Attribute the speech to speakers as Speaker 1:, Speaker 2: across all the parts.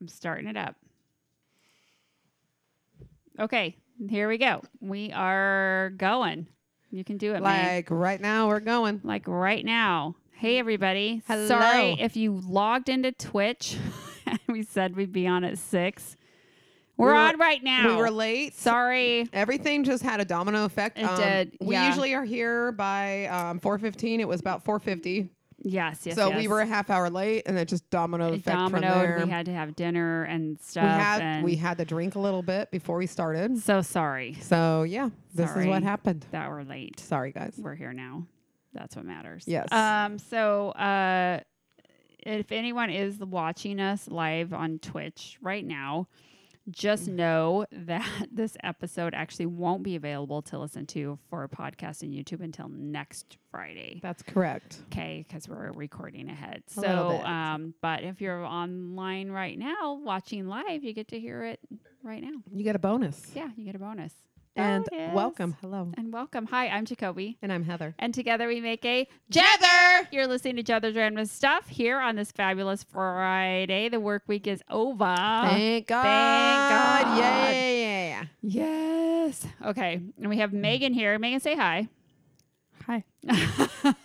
Speaker 1: I'm starting it up. Okay, here we go. We are going. You can do it, Meg.
Speaker 2: Like right now, we're going.
Speaker 1: Like right now. Hey, everybody. Sorry
Speaker 2: Hello.
Speaker 1: if you logged into Twitch. we said we'd be on at six. We're,
Speaker 2: We were-
Speaker 1: on right now.
Speaker 2: We were late.
Speaker 1: Sorry.
Speaker 2: Everything just had a domino effect. Um,
Speaker 1: It did,
Speaker 2: We
Speaker 1: yeah.
Speaker 2: usually are here by um, 4:15. It was about 4:50,
Speaker 1: Yes, yes.
Speaker 2: so we
Speaker 1: yes.
Speaker 2: were a half hour late, and it just domino
Speaker 1: It
Speaker 2: effect from
Speaker 1: dominoed.
Speaker 2: there.
Speaker 1: We had to have dinner and
Speaker 2: we
Speaker 1: stuff.
Speaker 2: had
Speaker 1: and
Speaker 2: we had to drink a little bit before we started.
Speaker 1: so sorry
Speaker 2: So yeah, this is
Speaker 1: Sorry.
Speaker 2: what happened.
Speaker 1: that we're late.
Speaker 2: Sorry, guys.
Speaker 1: We're here now. That's what matters.
Speaker 2: Yes.
Speaker 1: Um. So, uh, if anyone is watching us live on Twitch right now, just
Speaker 2: Mm.
Speaker 1: know that this episode actually won't be available to listen to for podcast and YouTube until next Friday.
Speaker 2: That's correct.
Speaker 1: Okay, because we're recording ahead.
Speaker 2: A little
Speaker 1: so,
Speaker 2: bit.
Speaker 1: um, but if you're online right now watching live, you get to hear it right now.
Speaker 2: You get a bonus.
Speaker 1: Yeah, oh, you get a bonus.
Speaker 2: And
Speaker 1: Bonus.
Speaker 2: welcome. Hello.
Speaker 1: And welcome. Hi, I'm Jacoby.
Speaker 2: And I'm Heather.
Speaker 1: And together we make a
Speaker 2: Jether.
Speaker 1: You're listening to Jether's Random Stuff here on this fabulous Friday. The work week is over.
Speaker 2: Thank God.
Speaker 1: Ah, God.
Speaker 2: Yeah, yeah, yeah.
Speaker 1: yes. Okay. And we have Megan here. Megan, say hi.
Speaker 3: Hi.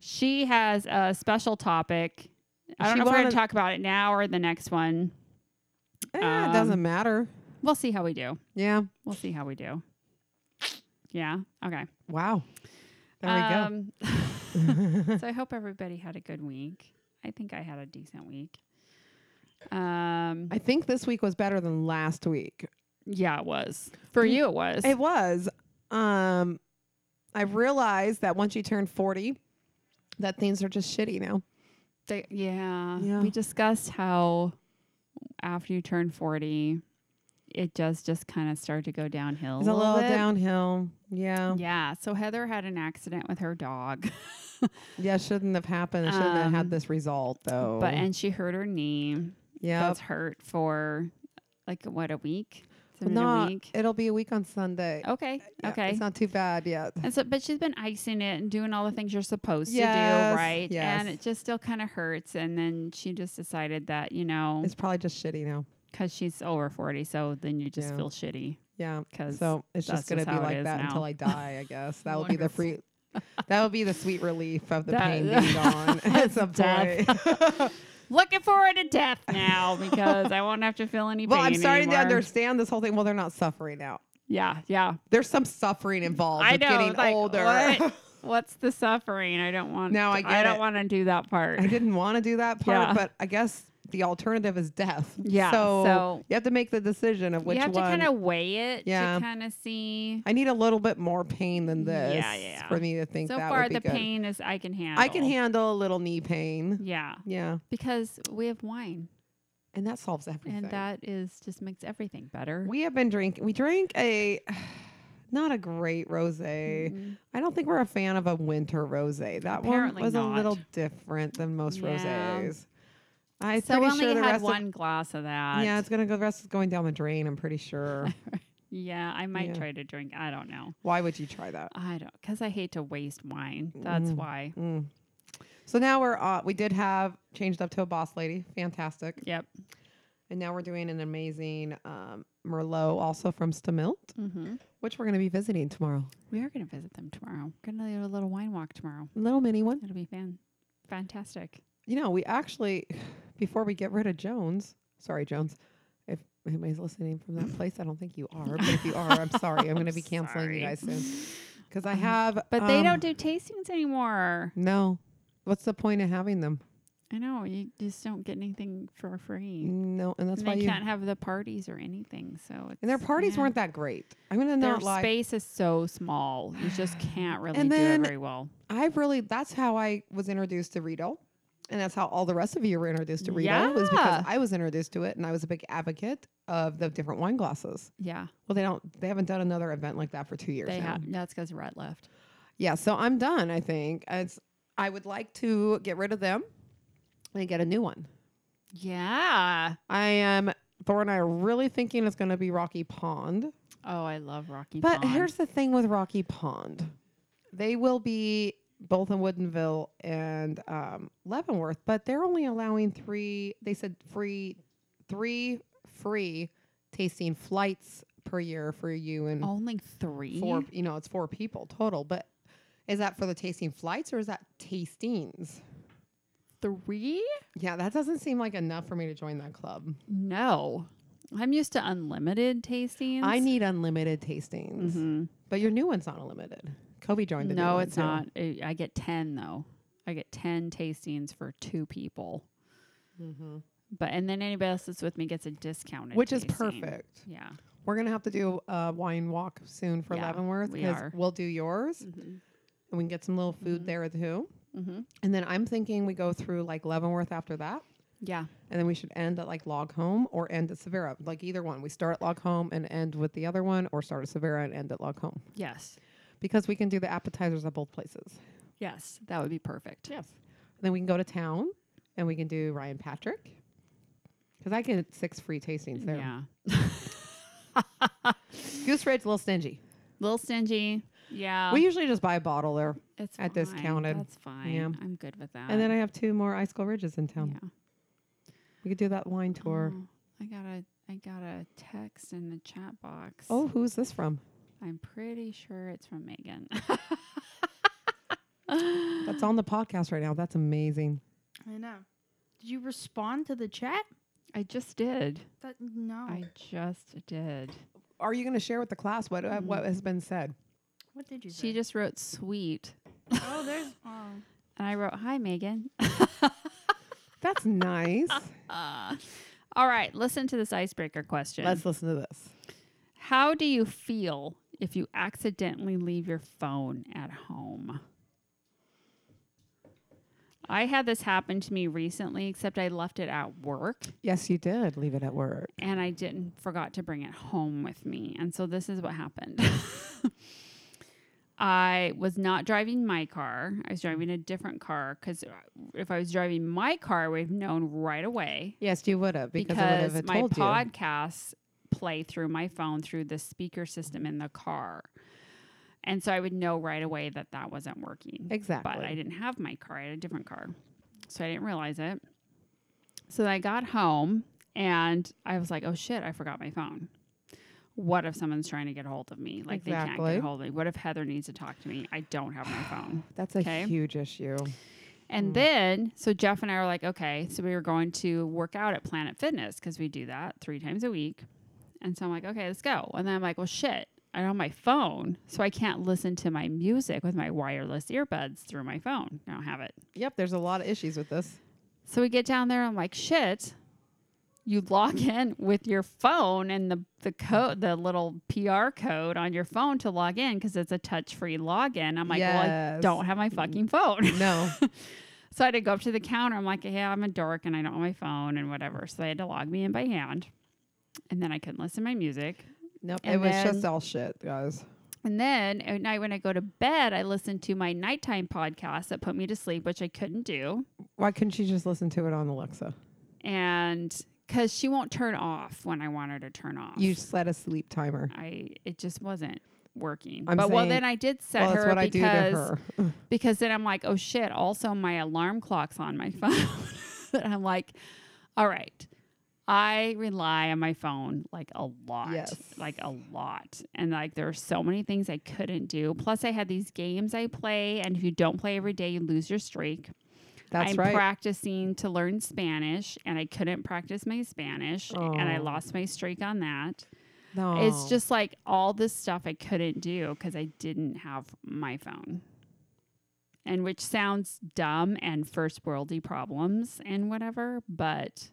Speaker 1: she has a special topic. I don't
Speaker 2: She
Speaker 1: know if we're going
Speaker 2: wanted-
Speaker 1: to talk about it now or the next one.
Speaker 2: Eh,
Speaker 1: Um,
Speaker 2: it doesn't matter.
Speaker 1: We'll see how we do.
Speaker 2: Yeah.
Speaker 1: We'll see how we do. Yeah. Okay. Um,
Speaker 2: Wow. There we go.
Speaker 1: we go. so I hope everybody had a good week. I think I had a decent week. Um,
Speaker 2: I think this week was better than last week.
Speaker 1: yeah, it was. For you, it was.
Speaker 2: It was. Um, I realized that once you turn 40, that things are just shitty now.
Speaker 1: They, yeah.
Speaker 2: Yeah.
Speaker 1: We discussed how after you turn 40, it does just kind of start to go downhill.
Speaker 2: It's a little
Speaker 1: bit.
Speaker 2: downhill. Yeah. yeah.
Speaker 1: Yeah. So Heather had an accident with her dog,
Speaker 2: Shouldn't have happened. It shouldn't have
Speaker 1: Um,
Speaker 2: had this result, though.
Speaker 1: but and she hurt her knee.
Speaker 2: yeah.
Speaker 1: That's hurt for like what a week. It's been a
Speaker 2: No,
Speaker 1: week.
Speaker 2: it'll be a week on Sunday.
Speaker 1: okay.
Speaker 2: Yeah,
Speaker 1: okay.
Speaker 2: It's not too bad yet.
Speaker 1: And so, but she's been icing it and doing all the things you're supposed to
Speaker 2: Yes,
Speaker 1: do, right? And
Speaker 2: yes.
Speaker 1: it just still kind of hurts. And then she just decided that, you know,
Speaker 2: It's probably just shitty now.
Speaker 1: because she's over 40, so then you just
Speaker 2: Yeah.
Speaker 1: feel shitty.
Speaker 2: Yeah.
Speaker 1: 'Cause
Speaker 2: So it's
Speaker 1: that's just
Speaker 2: just gonna be
Speaker 1: how it
Speaker 2: like
Speaker 1: is
Speaker 2: that
Speaker 1: now.
Speaker 2: until I die, I guess. That will be the
Speaker 1: Wonderful.
Speaker 2: free that will be the sweet relief of the
Speaker 1: That-
Speaker 2: pain being gone at some
Speaker 1: Death.
Speaker 2: point.
Speaker 1: Looking forward to death now because I won't have to feel any
Speaker 2: well,
Speaker 1: pain
Speaker 2: I'm starting to
Speaker 1: anymore.
Speaker 2: understand this whole thing. Well, they're not suffering now.
Speaker 1: Yeah, yeah.
Speaker 2: There's some suffering involved
Speaker 1: I
Speaker 2: with
Speaker 1: know,
Speaker 2: getting
Speaker 1: like,
Speaker 2: older.
Speaker 1: what? What's the suffering? I don't want.
Speaker 2: Now I
Speaker 1: I
Speaker 2: get
Speaker 1: don't
Speaker 2: it.
Speaker 1: want to do that part.
Speaker 2: I didn't want to do that part,
Speaker 1: Yeah.
Speaker 2: but I guess the alternative is death.
Speaker 1: Yeah,
Speaker 2: So,
Speaker 1: so-
Speaker 2: you have to make the decision of which
Speaker 1: you have
Speaker 2: one.
Speaker 1: to kind of weigh it
Speaker 2: Yeah.
Speaker 1: to kind of see.
Speaker 2: I need a little bit more pain than
Speaker 1: Yeah,
Speaker 2: this
Speaker 1: yeah.
Speaker 2: for me to think
Speaker 1: So
Speaker 2: that
Speaker 1: far,
Speaker 2: would be
Speaker 1: the
Speaker 2: good.
Speaker 1: pain Mm. is I can handle.
Speaker 2: I can handle a little knee pain.
Speaker 1: Yeah,
Speaker 2: Yeah.
Speaker 1: because we have wine.
Speaker 2: And that solves everything.
Speaker 1: And that is just makes everything better.
Speaker 2: We have been drinking. We drank a not a great rosé.
Speaker 1: Mm,
Speaker 2: I don't think we're a fan of a winter rosé. That
Speaker 1: Apparently
Speaker 2: one was
Speaker 1: not.
Speaker 2: a little different than most
Speaker 1: Yeah.
Speaker 2: rosés. I'm
Speaker 1: so we
Speaker 2: pretty
Speaker 1: only
Speaker 2: sure the
Speaker 1: had
Speaker 2: rest
Speaker 1: one glass of that.
Speaker 2: Of, yeah, it's gonna go. The rest is going down the drain. I'm pretty sure.
Speaker 1: Yeah, I might
Speaker 2: Yeah.
Speaker 1: try to drink. I don't know.
Speaker 2: Why would you try that?
Speaker 1: I don't because I hate to waste wine. That's
Speaker 2: Mm.
Speaker 1: why.
Speaker 2: Mm. So now we're uh, we did have changed up to a boss lady. Fantastic.
Speaker 1: Yep.
Speaker 2: And now we're doing an amazing um, Merlot, also from Stamilt,
Speaker 1: Mm-hmm.
Speaker 2: which we're gonna be visiting tomorrow.
Speaker 1: We are going to visit them tomorrow. We're going to do a little wine walk tomorrow.
Speaker 2: Little mini one.
Speaker 1: It'll be fan, fantastic.
Speaker 2: You know, we actually, before we get rid of Jones, sorry, Jones, if anybody's listening from that place, I don't think you are. But if you are, I'm sorry. I'm going to be canceling
Speaker 1: Sorry.
Speaker 2: you guys soon. Because I have.
Speaker 1: But they
Speaker 2: um,
Speaker 1: don't do tastings anymore.
Speaker 2: No. What's the point of having them?
Speaker 1: I know you just don't get anything for free.
Speaker 2: No. And Mm, that's
Speaker 1: and
Speaker 2: why
Speaker 1: they
Speaker 2: you.
Speaker 1: can't have the parties or anything. So it's,
Speaker 2: And their parties
Speaker 1: yeah.
Speaker 2: weren't that great. I'm going to
Speaker 1: Their
Speaker 2: not lie.
Speaker 1: space is so small. You just can't really
Speaker 2: And
Speaker 1: do
Speaker 2: then-
Speaker 1: it very well.
Speaker 2: I really, that's how I was introduced to Riedel. And that's how all the rest of you were introduced to Riedel, was
Speaker 1: Yeah.
Speaker 2: because I was introduced to it and I was a big advocate of the different wine glasses.
Speaker 1: Yeah,
Speaker 2: Well, they don't, they haven't done another event like that for two years
Speaker 1: they
Speaker 2: now.
Speaker 1: have. That's because Rhett left.
Speaker 2: Yeah, so I'm done. I think it's. I would like to get rid of them and get a new one.
Speaker 1: Yeah.
Speaker 2: I am. Thor and I are really thinking it's going to be Rocky Pond.
Speaker 1: Oh, I love Rocky.
Speaker 2: But
Speaker 1: Pond.
Speaker 2: here's the thing with Rocky Pond, they will be both in Woodinville and um, Leavenworth, but they're only allowing three. They said free three free tasting flights per year for you and
Speaker 1: Only three.
Speaker 2: four. You know, it's four people total. But is that for the tasting flights or is that tastings?
Speaker 1: Three?
Speaker 2: Yeah, that doesn't seem like enough for me to join that club.
Speaker 1: No. I'm used to unlimited tastings.
Speaker 2: I need unlimited tastings,
Speaker 1: Mhm.
Speaker 2: but your new one's not unlimited. Kobe joined the new
Speaker 1: No,
Speaker 2: one,
Speaker 1: it's
Speaker 2: too.
Speaker 1: not. I I get 10 though. I get 10 tastings for two people. But and then anybody else that's with me gets a discounted
Speaker 2: Mm-hmm. which is
Speaker 1: tasting.
Speaker 2: perfect.
Speaker 1: Yeah.
Speaker 2: We're gonna have to do a wine walk soon for
Speaker 1: Yeah,
Speaker 2: Leavenworth
Speaker 1: we
Speaker 2: because
Speaker 1: are. Mm-hmm.
Speaker 2: we'll do yours and we can get some little food there too.
Speaker 1: Mhm.
Speaker 2: And then I'm thinking we go through like Leavenworth after that,
Speaker 1: Yeah.
Speaker 2: and then we should end at like Log Home or end at Severa. Like either one, we start at Log Home and end with the other one, or start at Severa and end at Log Home
Speaker 1: Yes.
Speaker 2: because we can do the appetizers at both places.
Speaker 1: Yes. That would be perfect.
Speaker 2: Yes. then we can go to town and we can do Ryan Patrick because I get six free tastings there.
Speaker 1: Yeah.
Speaker 2: Goose Ridge a little stingy.
Speaker 1: Little stingy. Yeah.
Speaker 2: we usually just buy a bottle there.
Speaker 1: it's
Speaker 2: at
Speaker 1: fine.
Speaker 2: discounted.
Speaker 1: That's fine.
Speaker 2: Yeah.
Speaker 1: I'm good with that.
Speaker 2: And then I have two more Ice Cold Ridges in town.
Speaker 1: yeah.
Speaker 2: We could do that wine tour.
Speaker 1: Oh, I got a I got a text in the chat box.
Speaker 2: Oh, who's this from?
Speaker 1: I'm pretty sure it's from Megan.
Speaker 2: That's on the podcast right now. That's amazing.
Speaker 3: I know. Did you respond to the chat?
Speaker 1: I just did.
Speaker 3: That no.
Speaker 1: I just did.
Speaker 2: Are you going to share with the class what
Speaker 1: Mm.
Speaker 2: uh, what has been said?
Speaker 3: what did you say?
Speaker 1: She just wrote sweet.
Speaker 3: oh, there's. Oh.
Speaker 1: And I wrote, Hi, Megan.
Speaker 2: That's nice.
Speaker 1: Uh, all right, listen to this icebreaker question.
Speaker 2: Let's listen to this.
Speaker 1: How do you feel if you accidentally leave your phone at home? I had this happen to me recently, except I left it at work
Speaker 2: Yes, you did leave it at work.
Speaker 1: and I didn't forgot to bring it home with me. And so this is what happened. I was not driving my car. I was driving a different car cuz if I was driving my car, I would have known right away
Speaker 2: Yes, you would have because, I would
Speaker 1: because
Speaker 2: have
Speaker 1: my
Speaker 2: told you.
Speaker 1: podcasts play through my phone through the speaker system in the car. And so I would know right away that that wasn't working.
Speaker 2: Exactly.
Speaker 1: But I didn't have my car. I had a different car. So I didn't realize it. So then I got home and I was like, oh shit, I forgot my phone. What if someone's trying to get a hold of me? Like they can't
Speaker 2: Exactly.
Speaker 1: get a hold of me. What if Heather needs to talk to me? I don't have my phone.
Speaker 2: That's a
Speaker 1: Okay.
Speaker 2: huge issue. Mm.
Speaker 1: And then, so Jeff and I were like, okay, so we were going to work out at Planet Fitness because we do that three times a week. And so I'm like, okay, let's go. And then I'm like, well, shit, I don't have my phone, so I can't listen to my music with my wireless earbuds through my phone. I don't have it.
Speaker 2: Yep, there's a lot of issues with this.
Speaker 1: So we get down there. I'm like, shit. You log in with your phone and the the code, the little PR code on your phone to log in because it's a touch free login. I'm like, well, I
Speaker 2: Yes.
Speaker 1: don't have my fucking phone.
Speaker 2: No.
Speaker 1: So I had to go up to the counter. I'm like, yeah, I'm a dork and I don't have my phone and whatever. So they had to log me in by hand. And then I couldn't listen to my music.
Speaker 2: nope. it
Speaker 1: And
Speaker 2: was
Speaker 1: then-
Speaker 2: just all shit, guys.
Speaker 1: And then at night when I go to bed, I listened to my nighttime podcast that put me to sleep, which I couldn't do.
Speaker 2: Why couldn't you just listen to it on Alexa?
Speaker 1: And because she won't turn off when I want her to turn off.
Speaker 2: You set a sleep timer.
Speaker 1: I it just wasn't working.
Speaker 2: I'm
Speaker 1: but well
Speaker 2: saying-
Speaker 1: then I did set
Speaker 2: Well, that's
Speaker 1: her
Speaker 2: what I do
Speaker 1: because
Speaker 2: to her.
Speaker 1: because then I'm like, oh shit, also my alarm clock's on my phone. and I'm like, all right, I rely on my phone like a lot,
Speaker 2: Yes.
Speaker 1: like a lot. And like there are so many things I couldn't do. Plus, I had these games I play, and if you don't play every day, you lose your streak.
Speaker 2: That's
Speaker 1: I'm
Speaker 2: right.
Speaker 1: practicing to learn Spanish, and I couldn't practice my Spanish, and I
Speaker 2: Oh.
Speaker 1: lost my streak on that.
Speaker 2: no.
Speaker 1: It's just like all this stuff I couldn't do because I didn't have my phone. And which sounds dumb and first worldy problems and whatever, but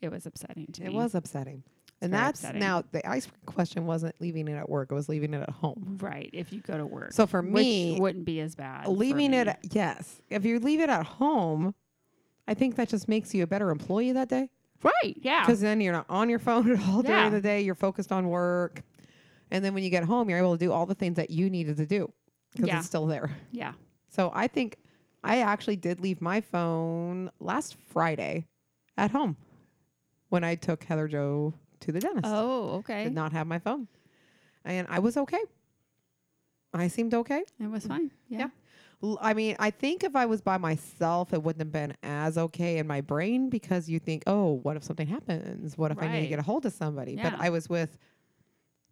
Speaker 1: it was upsetting to
Speaker 2: It
Speaker 1: me.
Speaker 2: was upsetting. and
Speaker 1: very
Speaker 2: that's
Speaker 1: upsetting.
Speaker 2: now the ice question wasn't leaving it at work, it was leaving it at home.
Speaker 1: right. If you go to work,
Speaker 2: So for
Speaker 1: which
Speaker 2: me,
Speaker 1: wouldn't be as bad. for
Speaker 2: leaving it
Speaker 1: me.
Speaker 2: at, yes. If you leave it at home, I think that just makes you a better employee that day
Speaker 1: right, yeah,
Speaker 2: because then you're not on your phone at all
Speaker 1: Yeah.
Speaker 2: during the day, you're focused on work. And then when you get home, you're able to do all the things that you needed to do because
Speaker 1: Yeah.
Speaker 2: it's still there.
Speaker 1: yeah,
Speaker 2: So I think I actually did leave my phone last Friday at home when I took Heather Joe to the dentist.
Speaker 1: oh, okay,
Speaker 2: Did not have my phone. And I was okay. I seemed okay.
Speaker 1: it was fine, yeah,
Speaker 2: Yeah. L- I mean, I think if I was by myself, it wouldn't have been as okay in my brain because you think, oh, what if something happens? What if I need to
Speaker 1: Right.
Speaker 2: get a hold of somebody?
Speaker 1: Yeah.
Speaker 2: But I was with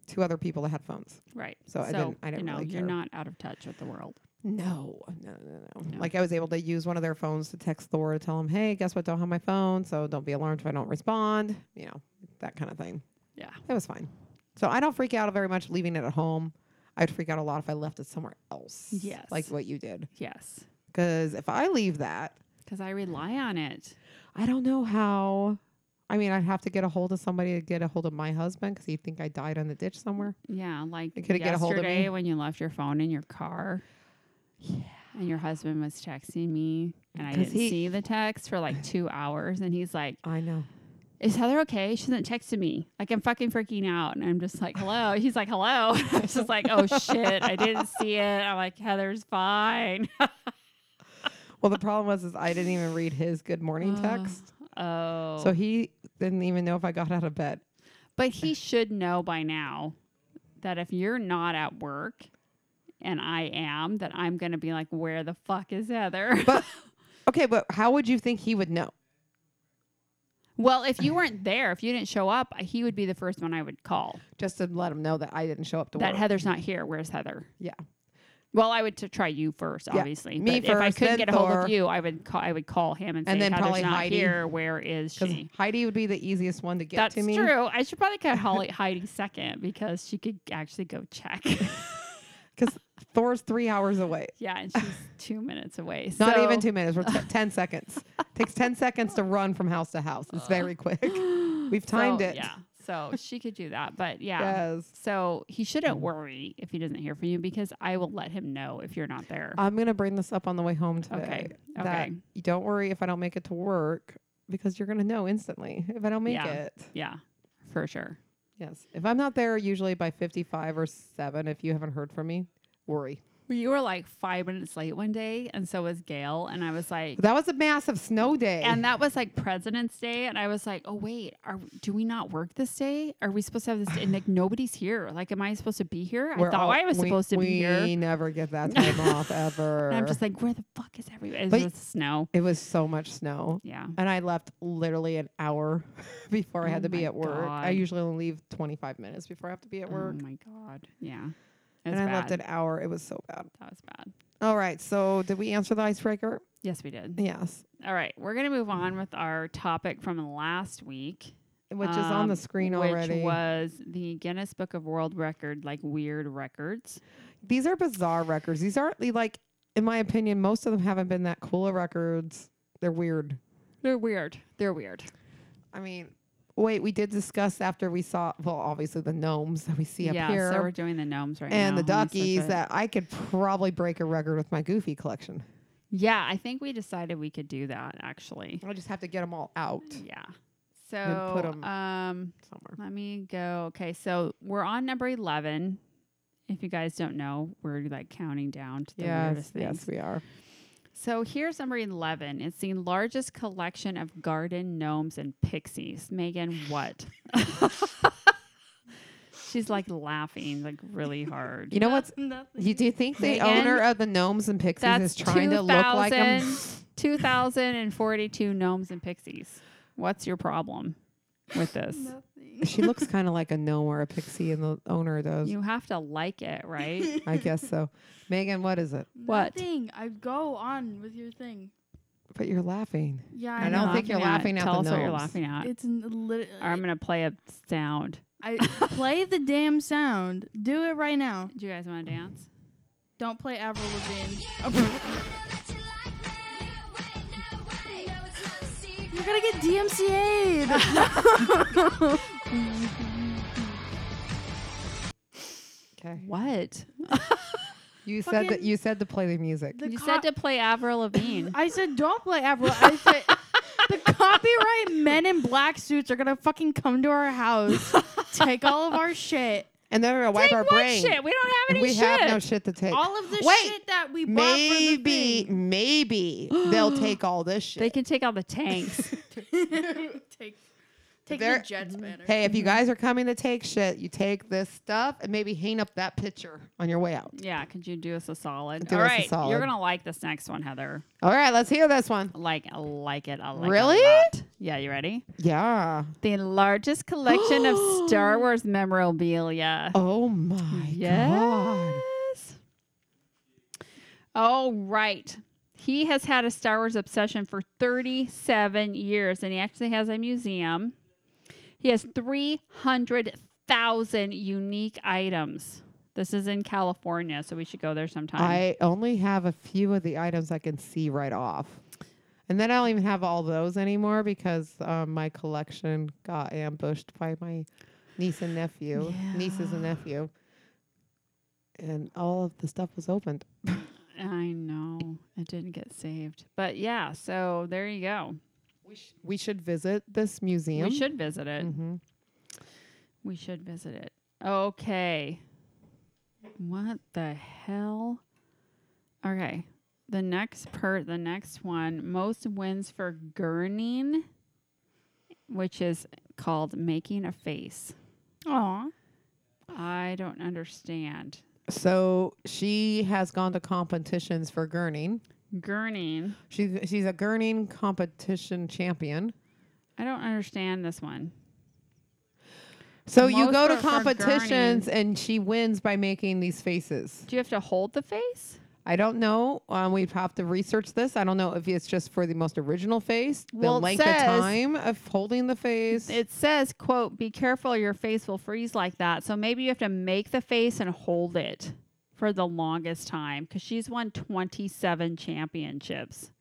Speaker 2: two other people that had phones.
Speaker 1: Right.
Speaker 2: So I didn't- I didn't
Speaker 1: you know,
Speaker 2: really
Speaker 1: you're
Speaker 2: care.
Speaker 1: not out of touch with the world.
Speaker 2: No, no, no, no,
Speaker 1: No.
Speaker 2: Like I was able to use one of their phones to text Thor to tell him, hey, guess what? Don't have my phone. So don't be alarmed if I don't respond, you know, that kind of thing.
Speaker 1: Yeah.
Speaker 2: It was fine. So I don't freak out very much leaving it at home. I'd freak out a lot if I left it somewhere else. Like
Speaker 1: Yes.
Speaker 2: what you did.
Speaker 1: Yes.
Speaker 2: Because if I leave that,
Speaker 1: Because I rely on it.
Speaker 2: I don't know how. I mean, I'd have to get a hold of somebody to get a hold of my husband because he'd think I died in the ditch somewhere.
Speaker 1: Yeah. Like
Speaker 2: It couldn't
Speaker 1: yesterday
Speaker 2: get a hold of me.
Speaker 1: when you left your phone in your car. Yeah. And your husband was texting me, and I
Speaker 2: 'Cause
Speaker 1: didn't
Speaker 2: he-
Speaker 1: see the text for like two hours. And he's like,
Speaker 2: I know.
Speaker 1: Is Heather okay? She hasn't texted me. Like, I'm fucking freaking out. And I'm just like, Hello. He's like, Hello. I was just like, Oh shit. I didn't see it. I'm like, Heather's fine.
Speaker 2: Well, the problem was is I didn't even read his good morning
Speaker 1: Ah.
Speaker 2: text,
Speaker 1: Oh.
Speaker 2: so he didn't even know if I got out of bed.
Speaker 1: But he should know by now that if you're not at work and I am, that I'm going to be like, where the fuck is Heather?
Speaker 2: But okay, but how would you think he would know?
Speaker 1: well, if you weren't there, if you didn't show up, he would be the first one I would call.
Speaker 2: Just to let him know that I didn't show up to
Speaker 1: That
Speaker 2: work.
Speaker 1: Heather's not here. Where's Heather?
Speaker 2: Yeah.
Speaker 1: Well, I would t- try you first,
Speaker 2: Yeah,
Speaker 1: obviously.
Speaker 2: me
Speaker 1: but if I
Speaker 2: first,
Speaker 1: couldn't
Speaker 2: then
Speaker 1: get a hold
Speaker 2: Thor.
Speaker 1: of you, I would call. I would call him and say,
Speaker 2: And then
Speaker 1: "Heather's
Speaker 2: probably
Speaker 1: not
Speaker 2: Heidi.
Speaker 1: here. Where is
Speaker 2: because
Speaker 1: she?"
Speaker 2: Heidi would be the easiest one to get
Speaker 1: That's
Speaker 2: to me.
Speaker 1: true. I should probably cut Holly Heidi second because she could actually go check.
Speaker 2: Because Thor's three hours away.
Speaker 1: yeah, and she's two minutes away.
Speaker 2: Not
Speaker 1: so,
Speaker 2: even two minutes. We're t- ten seconds. Takes ten seconds to run from house to house. It's very quick. We've timed
Speaker 1: So,
Speaker 2: it.
Speaker 1: Yeah. So she could do that. But yeah.
Speaker 2: Yes.
Speaker 1: So he
Speaker 2: Mm.
Speaker 1: shouldn't worry if he doesn't hear from you because I will let him know if you're not there.
Speaker 2: I'm gonna bring this up on the way home today.
Speaker 1: Okay,
Speaker 2: That
Speaker 1: okay.
Speaker 2: you don't worry if I don't make it to work because you're gonna know instantly if I don't make
Speaker 1: Yeah.
Speaker 2: it.
Speaker 1: yeah, for sure.
Speaker 2: Yes. If I'm not there usually by 55 or seven, if you haven't heard from me, worry.
Speaker 1: You were like five minutes late one day, and so was Gail. And I was like,
Speaker 2: That was a massive snow day.
Speaker 1: and that was like President's Day, and I was like, "Oh wait, are do we not work this day? Are we supposed to have this?" Day? And like nobody's here. Like, am I supposed to be here? I
Speaker 2: We're
Speaker 1: thought
Speaker 2: all-
Speaker 1: I was
Speaker 2: we-
Speaker 1: supposed to be
Speaker 2: We
Speaker 1: here.
Speaker 2: never get that time off ever.
Speaker 1: And I'm just like, "Where the fuck is everybody?" It's
Speaker 2: But-
Speaker 1: just snow.
Speaker 2: it was so much snow.
Speaker 1: Yeah.
Speaker 2: And I left literally an hour before I
Speaker 1: Oh
Speaker 2: had to be
Speaker 1: my
Speaker 2: at work. I
Speaker 1: God.
Speaker 2: usually only leave 25 minutes before I have to be at work.
Speaker 1: Oh my god. Yeah. It
Speaker 2: and
Speaker 1: was
Speaker 2: I
Speaker 1: bad.
Speaker 2: left an hour. It was so bad.
Speaker 1: That was bad.
Speaker 2: All right. So, did we answer the icebreaker?
Speaker 1: Yes, we did.
Speaker 2: Yes.
Speaker 1: All right, we're gonna move on with our topic from last week,
Speaker 2: Which is on
Speaker 1: um,
Speaker 2: the screen
Speaker 1: which
Speaker 2: already.
Speaker 1: was the Guinness Book of World Record, like weird records.
Speaker 2: These are bizarre records. These aren't the- like, in my opinion, most of them haven't been that cool of records. They're weird.
Speaker 1: They're weird. They're weird.
Speaker 2: I mean, wait, we did discuss after we saw, well, obviously the gnomes that we see up
Speaker 1: yeah.
Speaker 2: here
Speaker 1: So we're doing the gnomes right
Speaker 2: and
Speaker 1: now.
Speaker 2: the
Speaker 1: Hold on, switch
Speaker 2: duckies
Speaker 1: it.
Speaker 2: that I could probably break a record with my goofy collection.
Speaker 1: Yeah, I think we decided we could do that actually.
Speaker 2: I just have to get them all out
Speaker 1: Yeah.
Speaker 2: then put
Speaker 1: So
Speaker 2: 'em-
Speaker 1: um,
Speaker 2: somewhere.
Speaker 1: let me go. Okay, so we're on number eleven. If you guys don't know, we're like counting down to the
Speaker 2: Yes,
Speaker 1: weirdest things.
Speaker 2: yes, we are.
Speaker 1: So here's number 11. It's the largest collection of garden gnomes and pixies. Megan, what? She's like laughing like really hard.
Speaker 2: You know what's?
Speaker 3: Nothing.
Speaker 2: You, do you think the
Speaker 1: Megan,
Speaker 2: owner of the gnomes and pixies
Speaker 1: That's
Speaker 2: is trying to look like them?
Speaker 1: 2,000 2,042 gnomes and pixies. What's your problem with this?
Speaker 3: Nothing.
Speaker 2: She looks kind of like a gnome or a pixie, and the owner does.
Speaker 1: You have to like it, right?
Speaker 2: I guess so. Megan, what is it?
Speaker 1: What?
Speaker 3: Nothing. I go on with your thing.
Speaker 2: But you're laughing.
Speaker 3: Yeah,
Speaker 2: I
Speaker 3: I,
Speaker 1: I'm
Speaker 2: don't
Speaker 3: know.
Speaker 2: think you're laughing at
Speaker 1: Tell
Speaker 2: the
Speaker 1: us what you're
Speaker 2: gnomes.
Speaker 1: laughing at.
Speaker 3: it's lit-
Speaker 1: or I'm going to play a sound.
Speaker 3: I play the damn sound. Do it right now.
Speaker 1: Do you guys want to dance?
Speaker 3: Don't play Avril Lavigne. Oh, You're gonna get DMCA'd.
Speaker 2: Okay.
Speaker 1: What?
Speaker 2: You said that
Speaker 3: Fucking-
Speaker 2: you said to play the music.
Speaker 3: The
Speaker 1: you
Speaker 3: co-
Speaker 1: said to play Avril Lavigne.
Speaker 3: I said don't play Avril. I said the copyright men in black suits are gonna fucking come to our house, take all of our shit,
Speaker 2: and then we're gonna wipe
Speaker 1: Take
Speaker 2: our
Speaker 1: what
Speaker 2: brain.
Speaker 1: shit? We don't have any
Speaker 2: we
Speaker 1: shit.
Speaker 2: have no shit to take.
Speaker 3: all of the
Speaker 2: Wait,
Speaker 3: shit that we bought for the
Speaker 2: maybe,
Speaker 3: thing.
Speaker 2: maybe they'll take all this shit.
Speaker 1: They can take all the tanks.
Speaker 3: take Take
Speaker 2: There-
Speaker 3: the Jets banner.
Speaker 2: Hey, if you guys are coming to take shit, you take this stuff and maybe hang up that picture on your way out.
Speaker 1: Yeah, could you do us a solid?
Speaker 2: Do
Speaker 1: All
Speaker 2: us a
Speaker 1: right,
Speaker 2: solid.
Speaker 1: you're gonna like this next one, Heather.
Speaker 2: All right, let's hear this one.
Speaker 1: Like, I like it. I like it
Speaker 2: Really?
Speaker 1: A lot. Yeah, you ready?
Speaker 2: Yeah.
Speaker 1: The largest collection of Star Wars memorabilia.
Speaker 2: Oh my god.
Speaker 1: Yes. Oh, right. He has had a Star Wars obsession for 37 years, and he actually has a museum. He has 300,000 unique items. This is in California, so we should go there sometime.
Speaker 2: I only have a few of the items I can see right off. And then I don't even have all those anymore because um, my collection got ambushed by my niece and nephew, nieces and
Speaker 1: Yeah.
Speaker 2: nephew. And all of the stuff was opened.
Speaker 1: I know. It didn't get saved. But yeah, so there you go.
Speaker 2: We, sh- we should visit this museum.
Speaker 1: We should visit it.
Speaker 2: hmm
Speaker 1: We should visit it. Okay. What the hell? Okay. The next per the next one, most wins for gurning, which is called making a face.
Speaker 3: Aw.
Speaker 1: I don't understand.
Speaker 2: So she has gone to competitions for gurning.
Speaker 1: Gurning.
Speaker 2: She's she's a gurning competition champion.
Speaker 1: I don't understand this one.
Speaker 2: So you
Speaker 1: Most
Speaker 2: go to
Speaker 1: are for
Speaker 2: competitions and she wins by making these faces.
Speaker 1: Do you have to hold the face?
Speaker 2: I don't know. Um, we'd have to research this. I don't know if it's just for the most original face, the
Speaker 1: Well, it
Speaker 2: length of
Speaker 1: says-
Speaker 2: time of holding the face.
Speaker 1: It says, quote, be careful your face will freeze like that. So maybe you have to make the face and hold it for the longest time because she's won 27 championships.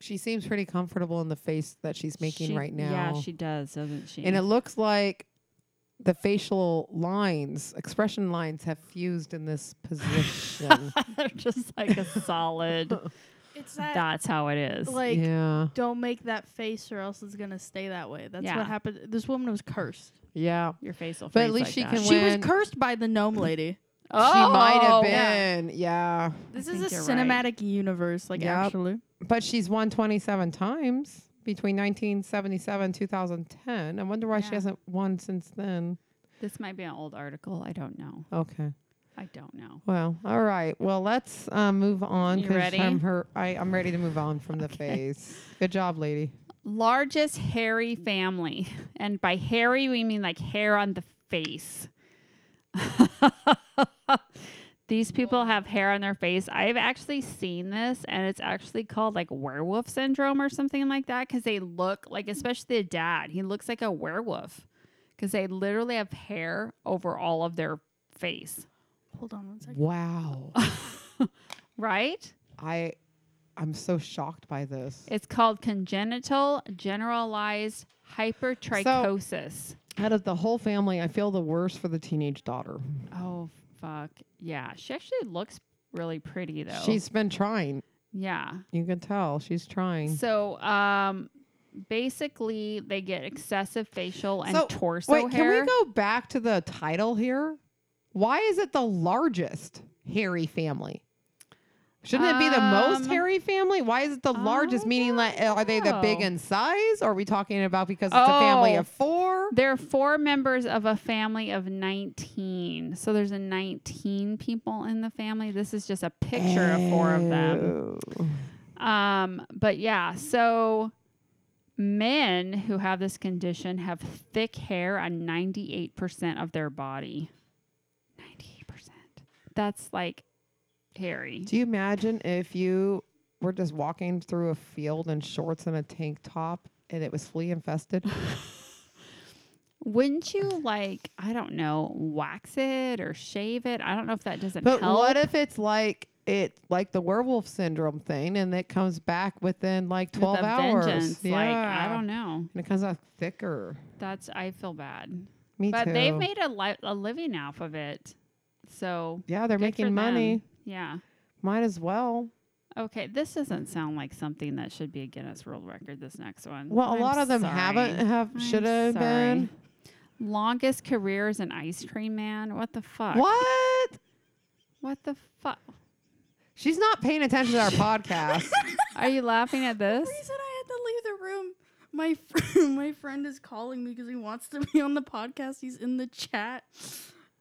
Speaker 2: she seems pretty comfortable in the face that she's making
Speaker 1: She-
Speaker 2: right now.
Speaker 1: Yeah, she does, doesn't she?
Speaker 2: and it looks like the facial lines, expression lines, have fused in this position.
Speaker 1: They're just like a solid.
Speaker 3: It's that,
Speaker 1: That's how it is.
Speaker 3: like
Speaker 2: yeah,
Speaker 3: don't make that face or else it's gonna stay that way. That's
Speaker 1: Yeah.
Speaker 3: what happened. This woman was cursed.
Speaker 2: yeah.
Speaker 1: your face will freeze.
Speaker 2: but at least
Speaker 1: like
Speaker 2: she
Speaker 1: that.
Speaker 2: can
Speaker 3: She was
Speaker 2: When-
Speaker 3: cursed by the gnome lady.
Speaker 1: Oh,
Speaker 2: she might have
Speaker 1: yeah.
Speaker 2: been, yeah.
Speaker 3: This
Speaker 1: I
Speaker 3: is a
Speaker 1: think you're right.
Speaker 3: cinematic universe, like
Speaker 2: Yep.
Speaker 3: actually.
Speaker 2: But she's won 27 times between 1977 2010. I wonder why she
Speaker 1: Yeah.
Speaker 2: hasn't won since then.
Speaker 1: This might be an old article. I don't know.
Speaker 2: Okay.
Speaker 1: I don't know.
Speaker 2: Well, all right. Well, let's uh, move on.
Speaker 1: You
Speaker 2: 'cause
Speaker 1: ready?
Speaker 2: I'm her. I, I'm ready to move on from the face. Good job, lady.
Speaker 1: largest hairy family. And by hairy, we mean like hair on the face. These people have hair on their face. I've actually seen this, and it's actually called like werewolf syndrome or something like that because they look like, especially the dad, he looks like a werewolf because they literally have hair over all of their face,
Speaker 3: Hold on one second.
Speaker 2: Wow.
Speaker 1: right?
Speaker 2: I, I'm so shocked by this.
Speaker 1: It's called congenital generalized hypertrichosis.
Speaker 2: Out of the whole family, I feel the worst for the teenage daughter.
Speaker 1: Oh fuck. Yeah. She actually looks really pretty though.
Speaker 2: She's been trying.
Speaker 1: yeah.
Speaker 2: You can tell she's trying.
Speaker 1: So um basically they get excessive facial and
Speaker 2: So,
Speaker 1: torso
Speaker 2: Wait,
Speaker 1: hair.
Speaker 2: can we go back to the title here? Why is it the largest hairy family? Shouldn't it be the most
Speaker 1: Um,
Speaker 2: hairy family? Why is it the
Speaker 1: I
Speaker 2: largest?
Speaker 1: don't
Speaker 2: Meaning, like, are they the big
Speaker 1: know.
Speaker 2: in size? Or are we talking about because it's a family
Speaker 1: Oh.
Speaker 2: of four?
Speaker 1: There are four members of a family of 19. So there's a 19 people in the family. This is just a picture of four of them.
Speaker 2: Oh.
Speaker 1: Um but yeah, so men who have this condition have thick hair on 98% of their body. 98%. That's like hairy.
Speaker 2: Do you imagine if you were just walking through a field in shorts and a tank top and it was flea infested?
Speaker 1: Wouldn't you like, I don't know, wax it or shave it? I don't know if that doesn't
Speaker 2: But
Speaker 1: help.
Speaker 2: what if it's like it like the werewolf syndrome thing and it comes back within like
Speaker 1: with
Speaker 2: 12
Speaker 1: a
Speaker 2: hours?
Speaker 1: vengeance, Like, I
Speaker 2: Yeah.
Speaker 1: don't know.
Speaker 2: And it comes out thicker.
Speaker 1: That's I feel bad.
Speaker 2: Me
Speaker 1: but
Speaker 2: too.
Speaker 1: they've made a li- a living off of it. So
Speaker 2: yeah, they're
Speaker 1: good for
Speaker 2: making money.
Speaker 1: them. Yeah.
Speaker 2: Might as well.
Speaker 1: Okay, this doesn't sound like something that should be a Guinness World Record. This next one.
Speaker 2: Well, a
Speaker 1: I'm
Speaker 2: lot of them
Speaker 1: sorry.
Speaker 2: haven't have
Speaker 1: I'm
Speaker 2: should have
Speaker 1: sorry.
Speaker 2: been.
Speaker 1: Longest career as an ice cream man. What the fuck?
Speaker 2: What?
Speaker 1: What the fuck?
Speaker 2: She's not paying attention to our podcast.
Speaker 1: Are you laughing at this?
Speaker 3: reason I had to leave the room My fr- my friend is calling me because he wants to be on the podcast. He's in the chat.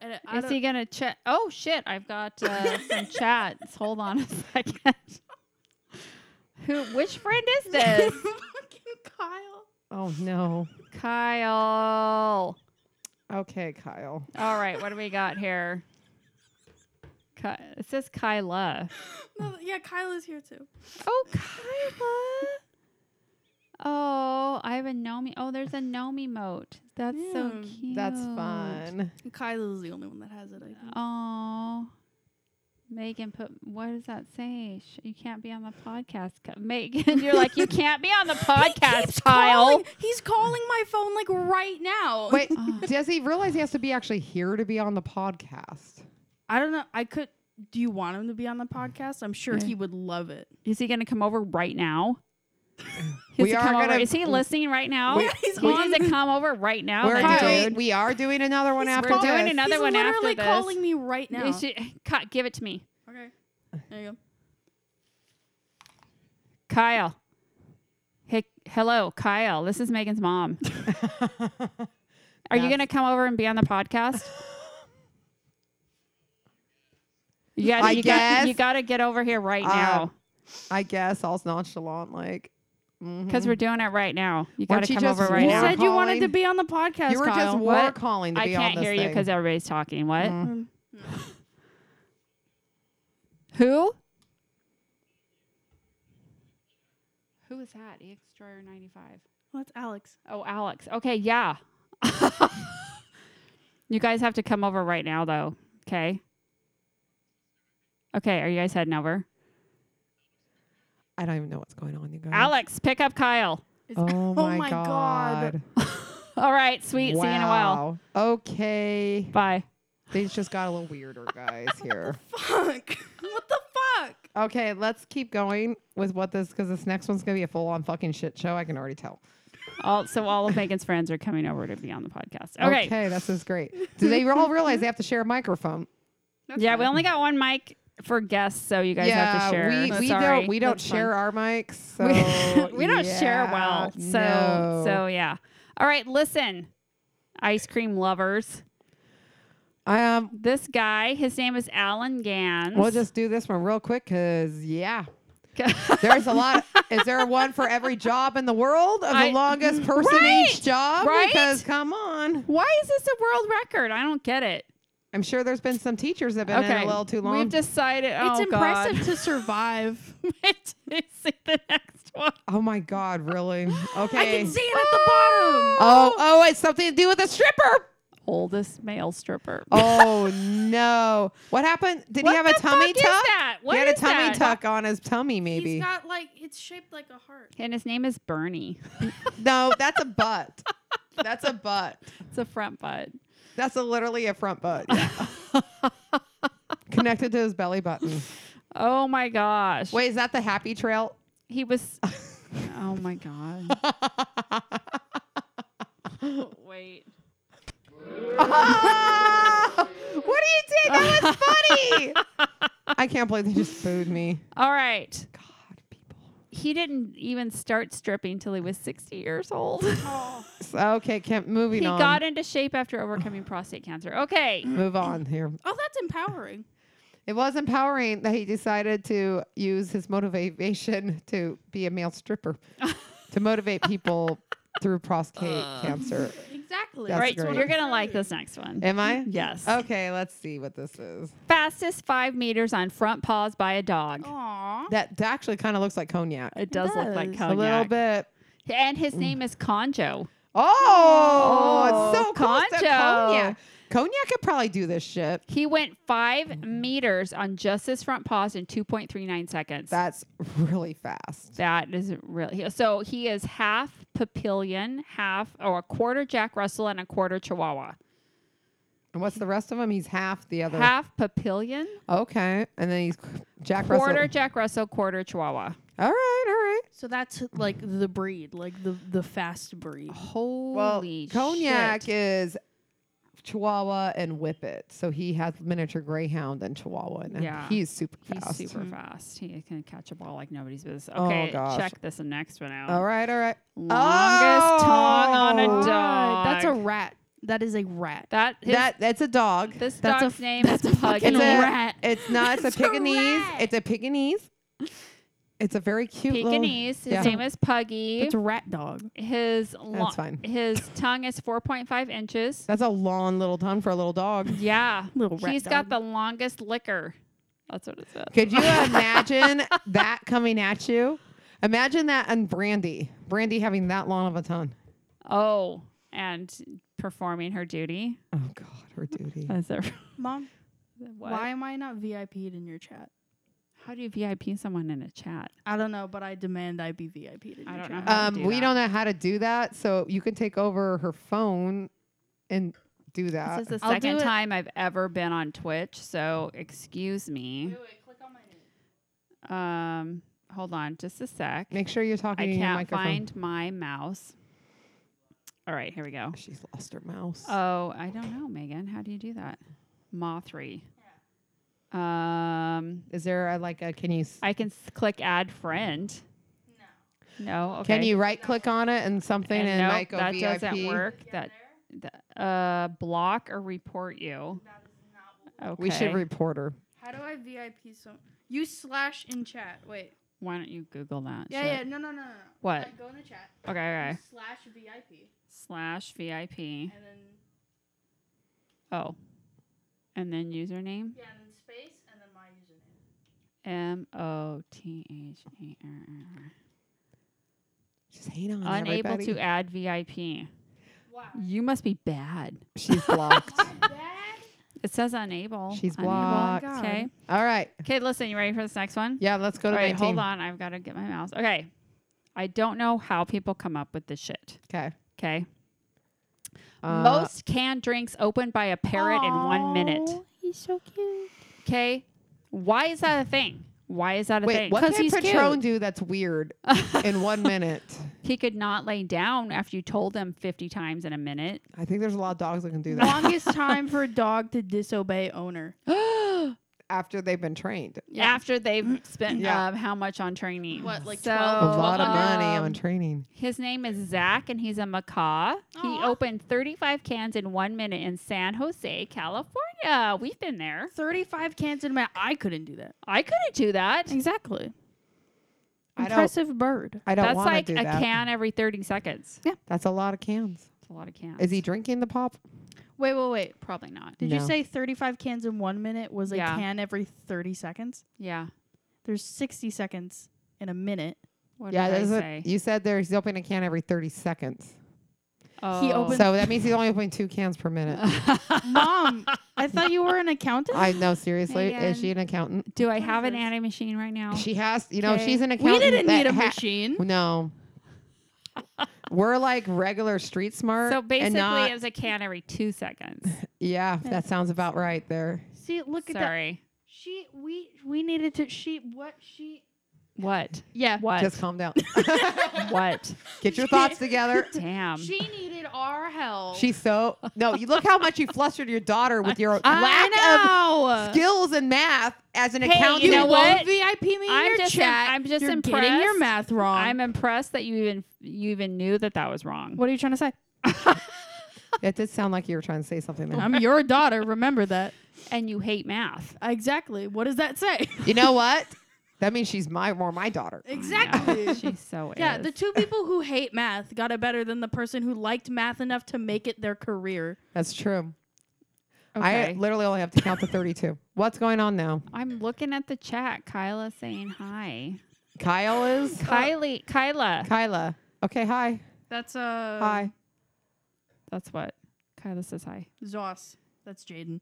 Speaker 3: And I
Speaker 1: Is he gonna chat? Oh shit! I've got uh, some chats. Hold on a second. Who? Which friend is this?
Speaker 3: fucking Kyle.
Speaker 2: Oh no.
Speaker 1: Kyle.
Speaker 2: Okay, Kyle.
Speaker 1: All right, what do we got here? Ki- it says Kyla.
Speaker 3: No, yeah, Kyle is here too.
Speaker 1: Oh, Kyla. Oh, I have a Nomi. Oh, there's a Nomi mote. That's so
Speaker 3: Yeah,
Speaker 1: cute.
Speaker 2: Hmm, That's fun.
Speaker 3: And Kyle is the only one that has it. I think.
Speaker 1: Oh. Megan put what does that say? Sh- You can't be on the podcast. Ky- Megan, you're like you can't be on the podcast, Kyle.
Speaker 3: Calling, he's calling my phone like right now.
Speaker 2: Wait,
Speaker 1: Oh.
Speaker 2: does he realize he has to be actually here to be on the podcast?
Speaker 3: I don't know. I could. Do you want him to be on the podcast? I'm sure
Speaker 1: Yeah.
Speaker 3: he would love it.
Speaker 1: Is he going to come over right now? He has
Speaker 2: We
Speaker 1: to
Speaker 2: are
Speaker 1: come over-
Speaker 2: gonna-
Speaker 1: Is he listening right now?
Speaker 3: Yeah, he's
Speaker 1: he
Speaker 3: on-
Speaker 1: needs to come over right now.
Speaker 2: We're
Speaker 1: then,
Speaker 3: doing-
Speaker 1: dude.
Speaker 2: doing, we are doing another one
Speaker 1: He's
Speaker 2: after
Speaker 1: We're doing
Speaker 2: this.
Speaker 1: another
Speaker 3: He's
Speaker 1: one after
Speaker 3: literally
Speaker 1: this.
Speaker 3: calling me right now.
Speaker 1: You should- Ki- give it to me,
Speaker 3: okay. There you go.
Speaker 1: Kyle. Hey, hello, Kyle. This is Megan's mom. Are you
Speaker 2: That's-
Speaker 1: going to come over and be on the podcast? You got,
Speaker 2: I
Speaker 1: you
Speaker 2: guess.
Speaker 1: got you got to get over here right
Speaker 2: Uh,
Speaker 1: now
Speaker 2: I guess all's nonchalant, like mm-hmm.
Speaker 1: because we're doing it right now. You got
Speaker 2: Weren't
Speaker 1: to
Speaker 2: you
Speaker 1: come
Speaker 2: just
Speaker 1: over right
Speaker 3: You
Speaker 2: war-
Speaker 1: now.
Speaker 3: said you wanted
Speaker 2: calling.
Speaker 3: to be on the podcast.
Speaker 2: you were
Speaker 3: Kyle.
Speaker 2: just war
Speaker 1: What?
Speaker 2: calling to
Speaker 1: I
Speaker 2: be
Speaker 1: can't
Speaker 2: on this
Speaker 1: hear you
Speaker 2: thing.
Speaker 1: because everybody's talking. What?
Speaker 2: Mm.
Speaker 3: Um,
Speaker 1: Who? Who is that? E EX Destroyer 95.
Speaker 3: Well, that's Alex.
Speaker 1: Oh, Alex. Okay, yeah. you guys have to come over right now, though. Okay. Okay, are you guys heading over?
Speaker 2: Mm-hmm. I don't even know what's going on, you guys.
Speaker 1: Alex, pick up Kyle.
Speaker 3: It's
Speaker 2: Oh my,
Speaker 3: my God.
Speaker 2: god.
Speaker 1: All right, sweet. See you in a while.
Speaker 2: Wow. Okay.
Speaker 1: Bye.
Speaker 2: Things just got a little weirder, guys, here.
Speaker 3: fuck. what the fuck?
Speaker 2: Okay, let's keep going with what this because this next one's gonna be a full on fucking shit show. I can already tell.
Speaker 1: All, so all of Megan's friends are coming over to be on the podcast. Okay.
Speaker 2: this is great. Do they all realize they have to share a microphone?
Speaker 1: Yeah, we only got one mic for guests, so you guys have to share.
Speaker 2: we, we
Speaker 1: Sorry.
Speaker 2: don't we don't
Speaker 3: That's
Speaker 2: share
Speaker 3: fine.
Speaker 2: our mics, so
Speaker 1: We- we don't share
Speaker 2: yeah,
Speaker 1: well. So
Speaker 2: no.
Speaker 1: so yeah. All right, listen. Ice cream lovers.
Speaker 2: um,
Speaker 1: This guy, his name is Alan Gans.
Speaker 2: we'll just do this one real quick because yeah, there's a lot. is there one for every job in the world of
Speaker 1: I- Mm,
Speaker 2: the longest person each job?
Speaker 1: right?
Speaker 2: Because come on,
Speaker 1: Why is this a world record? I don't get it.
Speaker 2: I'm sure there's been some teachers that have been in
Speaker 1: Okay.
Speaker 2: a little too long.
Speaker 1: We've decided.
Speaker 3: It's
Speaker 1: oh,
Speaker 3: impressive to survive.
Speaker 1: God. Wait till you see the next one.
Speaker 2: oh my god, really? Okay.
Speaker 3: I can see it at the bottom.
Speaker 2: Oh, oh, it's something to do with a stripper.
Speaker 1: Oldest male stripper.
Speaker 2: Oh no! What happened? Did
Speaker 1: What
Speaker 2: he have a
Speaker 1: the
Speaker 2: tummy
Speaker 1: fuck
Speaker 2: tuck?
Speaker 1: is that? What
Speaker 2: he had a
Speaker 1: is
Speaker 2: tummy
Speaker 1: that?
Speaker 2: tuck on his tummy, maybe.
Speaker 3: He's got like it's shaped like a heart.
Speaker 1: And his name is Bernie.
Speaker 2: no, that's a butt. That's a butt.
Speaker 1: It's a front butt.
Speaker 2: That's a, literally a front butt. yeah. Connected to his belly button.
Speaker 1: Oh my gosh.
Speaker 2: Wait, is that the happy trail?
Speaker 1: He was. oh my God. Wait.
Speaker 2: Ah! what do you did? That was funny. I can't believe they just booed me.
Speaker 1: All right.
Speaker 2: God, people.
Speaker 1: he didn't even start stripping till he was 60 years old.
Speaker 2: So, okay, Kemp. Moving
Speaker 1: he
Speaker 2: on. Mm,
Speaker 1: got into shape after overcoming prostate cancer. Okay.
Speaker 2: Move on here.
Speaker 3: Oh, that's empowering.
Speaker 2: It was empowering that he decided to use his motivation to be a male stripper to motivate people through prostate
Speaker 1: Uh.
Speaker 2: cancer.
Speaker 3: Exactly.
Speaker 2: That's
Speaker 1: right.
Speaker 2: great.
Speaker 1: You're going to like this next one.
Speaker 2: Am I?
Speaker 1: yes.
Speaker 2: Okay, let's see what this is.
Speaker 1: Fastest five meters on front paws by a dog.
Speaker 2: Oh,
Speaker 3: Aw.
Speaker 2: That that actually kind of looks like cognac.
Speaker 1: It does look like
Speaker 3: does.
Speaker 1: cognac.
Speaker 2: A little bit. Mm.
Speaker 1: And his name is Conjo.
Speaker 2: Oh, it's
Speaker 1: Oh,
Speaker 2: so close to
Speaker 1: concho.
Speaker 2: cognac. Cognac could probably do this shit.
Speaker 1: He went five meters on just his front paws in 2.39 seconds.
Speaker 2: That's really fast.
Speaker 1: That is really so. He is half Papillion, half or a quarter Jack Russell and a quarter Chihuahua.
Speaker 2: And what's the rest of him? He's half the other.
Speaker 1: Half Papillion,
Speaker 2: Okay, and then he's Jack
Speaker 1: quarter
Speaker 2: Russell.
Speaker 1: Jack Russell, quarter Chihuahua.
Speaker 2: all right, all right.
Speaker 3: So that's like the breed, like the the fast breed.
Speaker 1: Holy
Speaker 2: Well, cognac
Speaker 1: shit.
Speaker 2: is Chihuahua and Whippet. So he has miniature Greyhound and Chihuahua. Now.
Speaker 1: Yeah.
Speaker 2: He's super
Speaker 1: He's
Speaker 2: fast.
Speaker 1: super
Speaker 3: Mhm.
Speaker 1: fast. He can catch a ball like nobody's business.
Speaker 2: Oh,
Speaker 1: Okay,
Speaker 2: gosh.
Speaker 1: check this next one out.
Speaker 2: All right, all right.
Speaker 1: Longest tongue on a
Speaker 2: Oh.
Speaker 1: dog.
Speaker 3: God, Uh, That's a rat. That is a rat.
Speaker 1: that, his,
Speaker 2: that that's a dog.
Speaker 1: this
Speaker 3: that's a
Speaker 1: dog's
Speaker 3: f-
Speaker 1: name is
Speaker 3: that's a fucking
Speaker 1: Puggy.
Speaker 2: it's a
Speaker 3: rat.
Speaker 2: It's not. It's,
Speaker 3: It's
Speaker 2: a
Speaker 3: a
Speaker 2: Pekingese.
Speaker 3: rat.
Speaker 2: It's a Pekingese. It's a very cute little-
Speaker 1: Pekingese. His
Speaker 2: Yeah.
Speaker 1: name is Puggy.
Speaker 3: It's a rat dog.
Speaker 1: His lo-
Speaker 2: That's fine.
Speaker 1: his tongue is 4.5 inches.
Speaker 2: That's a long little tongue for a little dog.
Speaker 1: Yeah.
Speaker 3: Little rat
Speaker 1: He's got
Speaker 3: dog.
Speaker 1: the longest licker. That's what it says.
Speaker 2: Could you imagine that coming at you? Imagine that and Brandy. Brandy having that long of a tongue.
Speaker 1: Oh, and performing her duty.
Speaker 2: Oh God, her duty.
Speaker 1: Is there,
Speaker 3: Mom,
Speaker 1: what?
Speaker 3: why am I not VIP'd in your chat?
Speaker 1: How do you VIP someone in a chat?
Speaker 3: I don't know, but I demand I be VIP'd in
Speaker 1: I
Speaker 3: your
Speaker 1: don't know
Speaker 3: chat.
Speaker 1: how to
Speaker 2: Um,
Speaker 1: do
Speaker 2: we
Speaker 1: that.
Speaker 2: don't know how to do that, so you can take over her phone and do that.
Speaker 1: This is the
Speaker 3: Uh, I'll do
Speaker 1: second
Speaker 3: it-
Speaker 1: time I've ever been on Twitch, so excuse me. Um, hold on just a sec.
Speaker 2: Make sure you're
Speaker 1: I
Speaker 2: talking to your
Speaker 1: can't
Speaker 2: microphone.
Speaker 1: find my mouse. All right, here we go.
Speaker 2: She's lost her mouse.
Speaker 1: Oh, I don't know, Megan. How do you do that? Ma three. Um,
Speaker 2: is there a, like a can you s-
Speaker 1: I can s- click add friend. No. No. Okay.
Speaker 2: can you right click on it and something and,
Speaker 1: And
Speaker 2: it
Speaker 1: nope,
Speaker 2: might go
Speaker 1: that
Speaker 2: VIP?
Speaker 1: doesn't work. That, that uh, block or report you. Okay.
Speaker 2: We should report her.
Speaker 3: How do I VIP some? You slash in chat. Wait.
Speaker 1: Why don't you Google that?
Speaker 3: Yeah,
Speaker 1: shit?
Speaker 3: yeah. No, no, no, no. no.
Speaker 1: What?
Speaker 3: Like, go in the chat.
Speaker 1: Okay. Okay.
Speaker 3: Slash VIP,
Speaker 1: Slash VIP.
Speaker 3: and then
Speaker 1: Oh. And then username.
Speaker 3: yeah, and then space, and then my username.
Speaker 1: M O T H E R R.
Speaker 2: She's hate on
Speaker 1: Unable
Speaker 2: everybody.
Speaker 1: to add VIP.
Speaker 3: Wow.
Speaker 1: You must be bad.
Speaker 2: She's blocked.
Speaker 1: It says unable.
Speaker 2: She's
Speaker 1: Unable.
Speaker 2: blocked.
Speaker 3: God.
Speaker 1: Okay.
Speaker 2: All right.
Speaker 1: Okay, listen, you ready for this next one?
Speaker 2: Yeah, let's go to
Speaker 1: All right,
Speaker 2: 19.
Speaker 1: hold on. I've got to get my mouse. Okay. I don't know how people come up with this shit.
Speaker 2: Okay.
Speaker 1: Okay.
Speaker 2: Uh,
Speaker 1: Most canned drinks opened by a parrot in one minute.
Speaker 3: He's so cute.
Speaker 1: Okay. Why is that a thing? Why is that a
Speaker 2: Wait,
Speaker 1: thing?
Speaker 2: what
Speaker 3: 'Cause
Speaker 2: can
Speaker 3: he's cute.
Speaker 2: Patron do that's weird in one minute?
Speaker 1: He could not lay down after you told him 50 times in a minute.
Speaker 2: I think there's a lot of dogs that can do that
Speaker 3: Longest time for a dog to disobey owner.
Speaker 2: after they've been trained.
Speaker 3: Yeah.
Speaker 1: After they've spent
Speaker 2: Yeah.
Speaker 1: um, how much on training?
Speaker 3: What, like
Speaker 1: So,
Speaker 3: 12?
Speaker 2: A lot of money
Speaker 1: um,
Speaker 2: on training.
Speaker 1: His name is Zach, and he's a macaw. He
Speaker 3: Aw.
Speaker 1: opened 35 cans in one minute in San Jose, California. We've been there.
Speaker 3: Thirty-five cans in a minute. I couldn't do that.
Speaker 1: I couldn't do that.
Speaker 3: Exactly.
Speaker 2: I don't-
Speaker 3: Impressive bird.
Speaker 2: I don't
Speaker 1: That's
Speaker 2: want
Speaker 1: like
Speaker 2: to
Speaker 1: a
Speaker 2: do that.
Speaker 1: can every 30 seconds.
Speaker 2: That's a lot of cans.
Speaker 1: That's a lot of cans.
Speaker 2: Is he drinking the pop?
Speaker 3: Wait, wait, wait.
Speaker 1: Probably not.
Speaker 3: Did
Speaker 2: No.
Speaker 3: you say thirty-five cans in one minute was a
Speaker 1: Yeah.
Speaker 3: can every thirty seconds?
Speaker 1: Yeah.
Speaker 3: There's sixty seconds in a minute.
Speaker 1: What
Speaker 2: yeah,
Speaker 1: did I
Speaker 2: that's what
Speaker 1: say?
Speaker 2: you said. There, he's opening a can every 30 seconds.
Speaker 1: oh.
Speaker 3: opened-
Speaker 2: So that means he's only opening two cans per minute.
Speaker 3: Mom, I thought you were an accountant.
Speaker 2: I know, seriously, is
Speaker 1: Megan.
Speaker 2: she an accountant?
Speaker 1: Do I
Speaker 3: What is
Speaker 1: have an
Speaker 3: this?
Speaker 1: anti machine right now?
Speaker 2: She has, you know,
Speaker 1: Okay.
Speaker 2: she's an
Speaker 3: we
Speaker 2: accountant.
Speaker 3: didn't
Speaker 2: that
Speaker 3: need a
Speaker 2: ha-
Speaker 3: machine.
Speaker 2: No, we're like regular street smart.
Speaker 1: So
Speaker 2: and
Speaker 1: basically,
Speaker 2: not,
Speaker 1: it was a can every two seconds.
Speaker 2: yeah, that sounds about right there.
Speaker 3: See, look at that.
Speaker 1: Sorry.
Speaker 3: She, we, we needed to. She, what? She.
Speaker 1: What?
Speaker 3: Yeah.
Speaker 1: What?
Speaker 2: Just calm down.
Speaker 1: what?
Speaker 2: Get your thoughts together.
Speaker 1: Damn.
Speaker 3: um, She needed our help.
Speaker 2: She's so no. You look how much you flustered your daughter with your lack of
Speaker 3: I know.
Speaker 2: skills in math as an
Speaker 1: Hey,
Speaker 2: accountant.
Speaker 1: you know what?
Speaker 3: won't VIP me in
Speaker 1: I'm
Speaker 3: your
Speaker 1: just im-
Speaker 3: chat.
Speaker 1: I'm just
Speaker 3: You're getting
Speaker 1: impressed.
Speaker 3: your math wrong.
Speaker 1: I'm impressed that you even you even knew that that was wrong.
Speaker 3: what are you trying to say?
Speaker 2: It did sound like you were trying to say something. There.
Speaker 3: I'm your daughter. Remember that.
Speaker 1: And you hate math.
Speaker 3: Exactly. What does that say?
Speaker 2: You know what? That means she's my more my daughter.
Speaker 1: I know. She's so
Speaker 3: yeah, the
Speaker 1: is.
Speaker 3: two people who hate math got it better than the person who liked math enough to make it their career.
Speaker 2: That's true. I
Speaker 1: okay.
Speaker 2: literally only have to count to 32. What's going on now?
Speaker 1: I'm looking at the chat. Kyla's saying hi.
Speaker 2: Kyle is
Speaker 1: Kylie, Kyla.
Speaker 2: Kyla. Okay, hi.
Speaker 3: That's
Speaker 1: Um,
Speaker 3: uh
Speaker 2: Hi.
Speaker 1: That's what. Kyla says hi.
Speaker 3: Zoss. That's Jaden.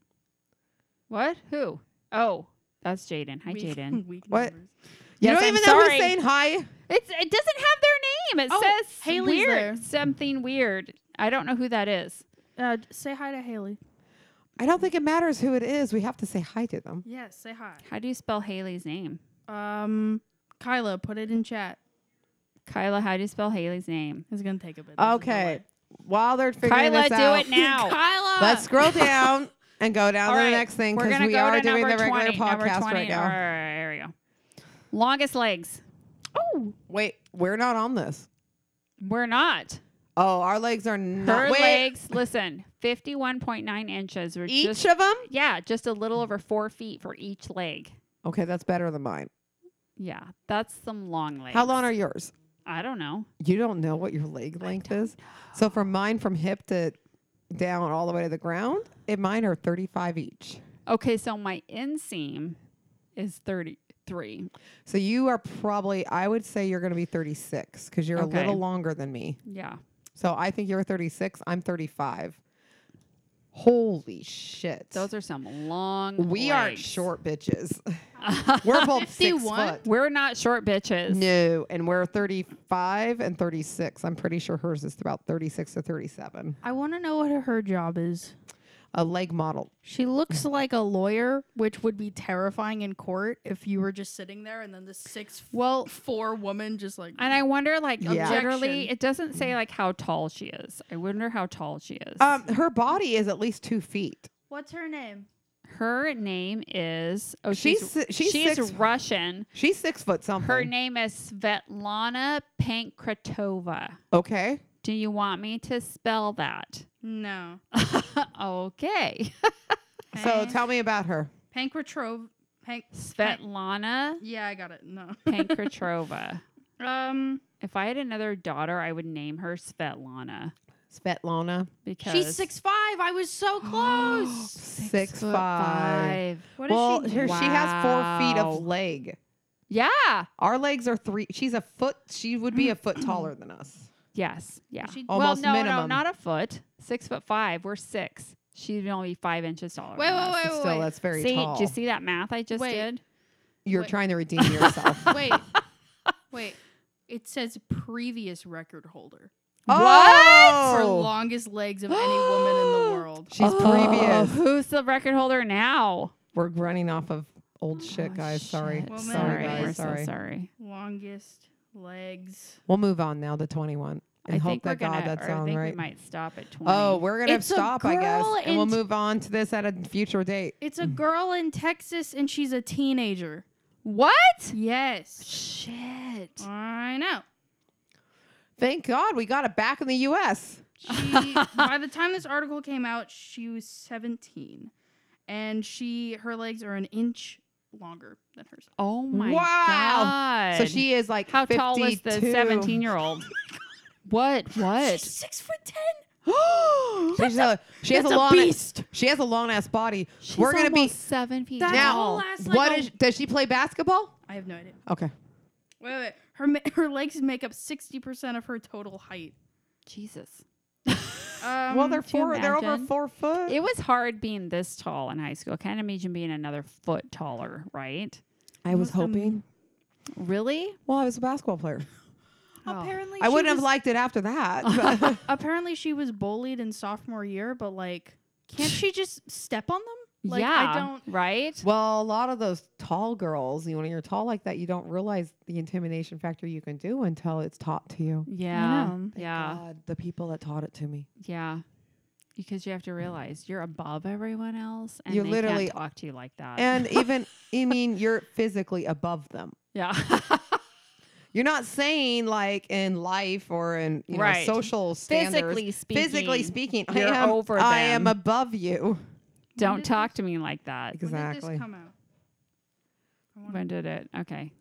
Speaker 1: What? Who? Oh, that's Jaden. Hi,
Speaker 3: Weak-
Speaker 1: Jaden.
Speaker 3: weak
Speaker 2: What?
Speaker 3: numbers.
Speaker 2: You
Speaker 1: Yes,
Speaker 2: don't
Speaker 1: I'm
Speaker 2: even know who's
Speaker 1: sorry.
Speaker 2: saying hi.
Speaker 1: It's it doesn't have their name. It
Speaker 3: Oh,
Speaker 1: says
Speaker 3: Haley's
Speaker 1: weird
Speaker 3: there.
Speaker 1: something weird. I don't know who that is.
Speaker 3: Uh, j- say hi to Haley.
Speaker 2: I don't think it matters who it is. We have to say hi to them.
Speaker 3: Yes, say hi.
Speaker 1: How do you spell Haley's name?
Speaker 3: Um, Kyla, put it in chat.
Speaker 1: Kyla, how do you spell Haley's name?
Speaker 3: It's gonna take a bit.
Speaker 2: Okay. while they're figuring
Speaker 1: Kyla,
Speaker 2: this
Speaker 1: do
Speaker 2: out,
Speaker 1: it now.
Speaker 3: Kyla.
Speaker 2: let's scroll down and go down
Speaker 1: All
Speaker 2: to the
Speaker 1: right,
Speaker 2: next thing
Speaker 1: We're
Speaker 2: because
Speaker 1: gonna
Speaker 2: we
Speaker 1: go
Speaker 2: are
Speaker 1: to
Speaker 2: doing
Speaker 1: number
Speaker 2: the regular
Speaker 1: 20, number
Speaker 2: podcast
Speaker 1: 20.
Speaker 2: right now.
Speaker 1: All right, here we go. Longest legs. Oh,
Speaker 2: Wait, we're not on this.
Speaker 1: we're not.
Speaker 2: Oh, our legs are not.
Speaker 1: Her
Speaker 2: wait,
Speaker 1: legs, listen, 51.9 inches. Or
Speaker 2: each
Speaker 1: Just,
Speaker 2: of them.
Speaker 1: yeah, just a little over four feet for each leg.
Speaker 2: Okay, that's better than mine.
Speaker 1: Yeah, that's some long legs.
Speaker 2: How long are yours?
Speaker 1: I don't know.
Speaker 2: You don't know what your leg length is. So for mine, from hip to down all the way to the ground, it mine are thirty-five each.
Speaker 1: Okay, so my inseam is 33.
Speaker 2: So you are probably, I would say you're going to be 36 because you're
Speaker 1: Okay.
Speaker 2: a little longer than me.
Speaker 1: Yeah.
Speaker 2: So I think you're 36. I'm 35. Holy shit.
Speaker 1: Those are some long
Speaker 2: we aren't
Speaker 1: legs.
Speaker 2: short bitches. We're both six
Speaker 3: 51?
Speaker 2: foot.
Speaker 1: We're not short bitches.
Speaker 2: No, and we're 35 and 36. I'm pretty sure hers is about 36 to 37.
Speaker 3: I want to know what her job is.
Speaker 2: A leg model.
Speaker 3: She looks like a lawyer, which would be terrifying in court if you were just sitting there and then the six well four woman just like
Speaker 1: And I wonder, like,
Speaker 2: Yeah.
Speaker 1: generally,
Speaker 3: Objection.
Speaker 1: it doesn't say like how tall she is. I wonder how tall she is.
Speaker 2: Um, her body is at least two feet.
Speaker 3: what's her name?
Speaker 1: her name is oh, she's
Speaker 2: She's
Speaker 1: she's,
Speaker 2: si- she's six-
Speaker 1: Russian.
Speaker 2: She's six foot something.
Speaker 1: Her name is Svetlana Pankratova.
Speaker 2: okay.
Speaker 1: Do you want me to spell that?
Speaker 3: No.
Speaker 1: okay,
Speaker 2: So
Speaker 3: Pan-
Speaker 2: tell me about her.
Speaker 3: Pankratov Pank
Speaker 1: Svetlana
Speaker 3: Yeah, I got it. No.
Speaker 1: Pankratova.
Speaker 3: um
Speaker 1: if I had another daughter, I would name her Svetlana
Speaker 2: Svetlana.
Speaker 1: because
Speaker 3: she's six five. I was so close.
Speaker 2: Six,
Speaker 1: foot
Speaker 2: five.
Speaker 3: what is
Speaker 2: Well,
Speaker 3: she?
Speaker 2: her, she has four feet
Speaker 1: Wow.
Speaker 2: of leg.
Speaker 1: Yeah.
Speaker 2: Our legs are three. She's a foot. She would be a foot taller than us.
Speaker 1: Yes. Yeah.
Speaker 3: She-
Speaker 2: Almost
Speaker 1: well, no, no,
Speaker 2: minimum.
Speaker 1: not a foot. Six foot five. We're six. She'd only be five inches taller.
Speaker 3: Wait,
Speaker 1: than
Speaker 3: wait,
Speaker 1: us.
Speaker 3: wait,
Speaker 2: Still, that's very
Speaker 1: see,
Speaker 2: tall.
Speaker 1: did you see that math I just
Speaker 3: Wait.
Speaker 1: did?
Speaker 2: You're
Speaker 3: Wait.
Speaker 2: trying to redeem yourself.
Speaker 3: wait. Wait. It says previous record holder for
Speaker 2: oh,
Speaker 3: longest legs of any woman in the world.
Speaker 2: she's
Speaker 1: Oh,
Speaker 2: previous.
Speaker 1: Who's the record holder now?
Speaker 2: We're running off of old shit,
Speaker 1: Oh,
Speaker 2: guys. Sorry,
Speaker 1: shit.
Speaker 3: Well, man,
Speaker 2: sorry,
Speaker 3: we're
Speaker 1: We're
Speaker 2: guys.
Speaker 1: so
Speaker 2: Sorry.
Speaker 1: sorry.
Speaker 3: Longest legs.
Speaker 2: We'll move on now to 21 and
Speaker 1: I
Speaker 2: hope
Speaker 1: think we're
Speaker 2: that God
Speaker 1: gonna.
Speaker 2: that
Speaker 1: or I
Speaker 2: sounds
Speaker 1: think
Speaker 2: right.
Speaker 1: we might stop at twenty.
Speaker 2: Oh, we're gonna
Speaker 3: It's a
Speaker 2: stop, I guess,
Speaker 3: girl
Speaker 2: and we'll
Speaker 3: and-
Speaker 2: move on to this at a future date.
Speaker 3: It's a girl in Texas and she's a teenager.
Speaker 1: what?
Speaker 3: Yes.
Speaker 1: Shit.
Speaker 3: I know.
Speaker 2: Thank God we got it back in the U.S.
Speaker 3: She, by the time this article came out, she was 17. And she her legs are an inch longer than hers.
Speaker 1: Oh my
Speaker 2: Wow.
Speaker 1: god.
Speaker 2: So she Oh is like
Speaker 1: How tall is the
Speaker 2: 52.
Speaker 1: seventeen-year-old? what?
Speaker 3: She's
Speaker 1: What?
Speaker 3: six foot ten.
Speaker 2: She's a, she has
Speaker 3: that's
Speaker 2: a
Speaker 3: a
Speaker 2: long
Speaker 3: beast.
Speaker 2: She has a long ass body.
Speaker 1: She's
Speaker 2: We're gonna be
Speaker 1: almost seven feet
Speaker 3: That's
Speaker 2: now.
Speaker 1: tall.
Speaker 3: whole ass, like,
Speaker 2: what
Speaker 3: a-
Speaker 2: is? Does she play basketball?
Speaker 3: I have no idea.
Speaker 2: Okay.
Speaker 3: Wait, wait. Her ma- her legs make up 60% of her total height.
Speaker 1: Jesus.
Speaker 3: Um,
Speaker 2: well, they're
Speaker 1: do you
Speaker 2: four. They're over
Speaker 1: imagine?
Speaker 2: four foot.
Speaker 1: It was hard being this tall in high school. Can't imagine being another foot taller, right?
Speaker 2: I was
Speaker 3: Must have-
Speaker 2: hoping.
Speaker 1: Really?
Speaker 2: Well, I was a basketball player.
Speaker 3: apparently
Speaker 2: Oh. I
Speaker 3: she
Speaker 2: wouldn't have
Speaker 3: was-
Speaker 2: liked it after that. but-
Speaker 3: apparently she was bullied in sophomore year, but like, can't she just step on them? Like,
Speaker 1: yeah.
Speaker 3: I don't.
Speaker 1: Right?
Speaker 2: well, a lot of those tall girls, you know, when you're tall like that, you don't realize the intimidation factor you can do until it's taught to you.
Speaker 1: Yeah.
Speaker 3: know.
Speaker 2: Thank
Speaker 1: Yeah.
Speaker 2: God, the people that taught it to me.
Speaker 1: Yeah. Because you have to realize you're above everyone else and
Speaker 2: You're
Speaker 1: they
Speaker 2: literally-
Speaker 1: can't talk to you like that.
Speaker 2: And even, I mean, you're physically above them.
Speaker 1: yeah.
Speaker 2: You're not saying like in life or in you know,
Speaker 1: Right.
Speaker 2: social standards.
Speaker 1: Physically speaking.
Speaker 2: Physically speaking, I
Speaker 1: you're
Speaker 2: am
Speaker 1: over
Speaker 2: I am
Speaker 1: them.
Speaker 2: above you.
Speaker 1: Don't
Speaker 3: did
Speaker 1: talk to me like that.
Speaker 2: Ex-
Speaker 3: When
Speaker 2: Exactly.
Speaker 3: did this come out? I wanna-
Speaker 1: When did it? Okay.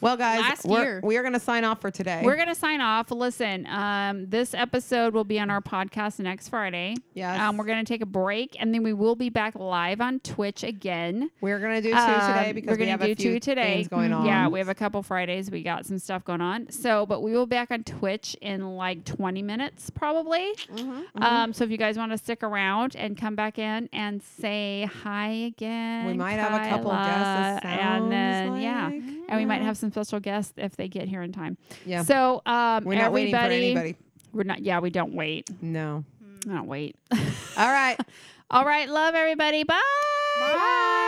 Speaker 2: Well, guys,
Speaker 3: Last
Speaker 2: we're,
Speaker 3: year.
Speaker 2: we are going to sign off for today.
Speaker 1: We're going to sign off. Listen, um, this episode will be on our podcast next Friday.
Speaker 2: Yes.
Speaker 1: Um, we're going to take a break and then we will be back live on Twitch again.
Speaker 2: we're gonna do two today
Speaker 1: Um,
Speaker 2: because
Speaker 1: we're
Speaker 2: we
Speaker 1: gonna
Speaker 2: have
Speaker 1: do
Speaker 2: a few
Speaker 1: two today. Mm-hmm.
Speaker 2: things going on.
Speaker 1: Yeah, we have a couple Fridays. We got some stuff going on. So, but we will be back on Twitch in like 20 minutes probably.
Speaker 2: Mm-hmm.
Speaker 1: Um, so if you guys want to stick around and come back in and say hi again,
Speaker 2: might have a couple guests, it
Speaker 1: Kyla, and then
Speaker 2: sounds
Speaker 1: yeah,
Speaker 2: like.
Speaker 1: and we might have some special guests if they get here in time.
Speaker 2: Yeah.
Speaker 1: So um,
Speaker 2: we're not waiting for
Speaker 1: everybody-
Speaker 2: anybody.
Speaker 1: We're not. Yeah, we don't wait.
Speaker 2: No.
Speaker 1: I don't wait.
Speaker 2: All right.
Speaker 1: All right, love everybody. Bye.
Speaker 2: Bye.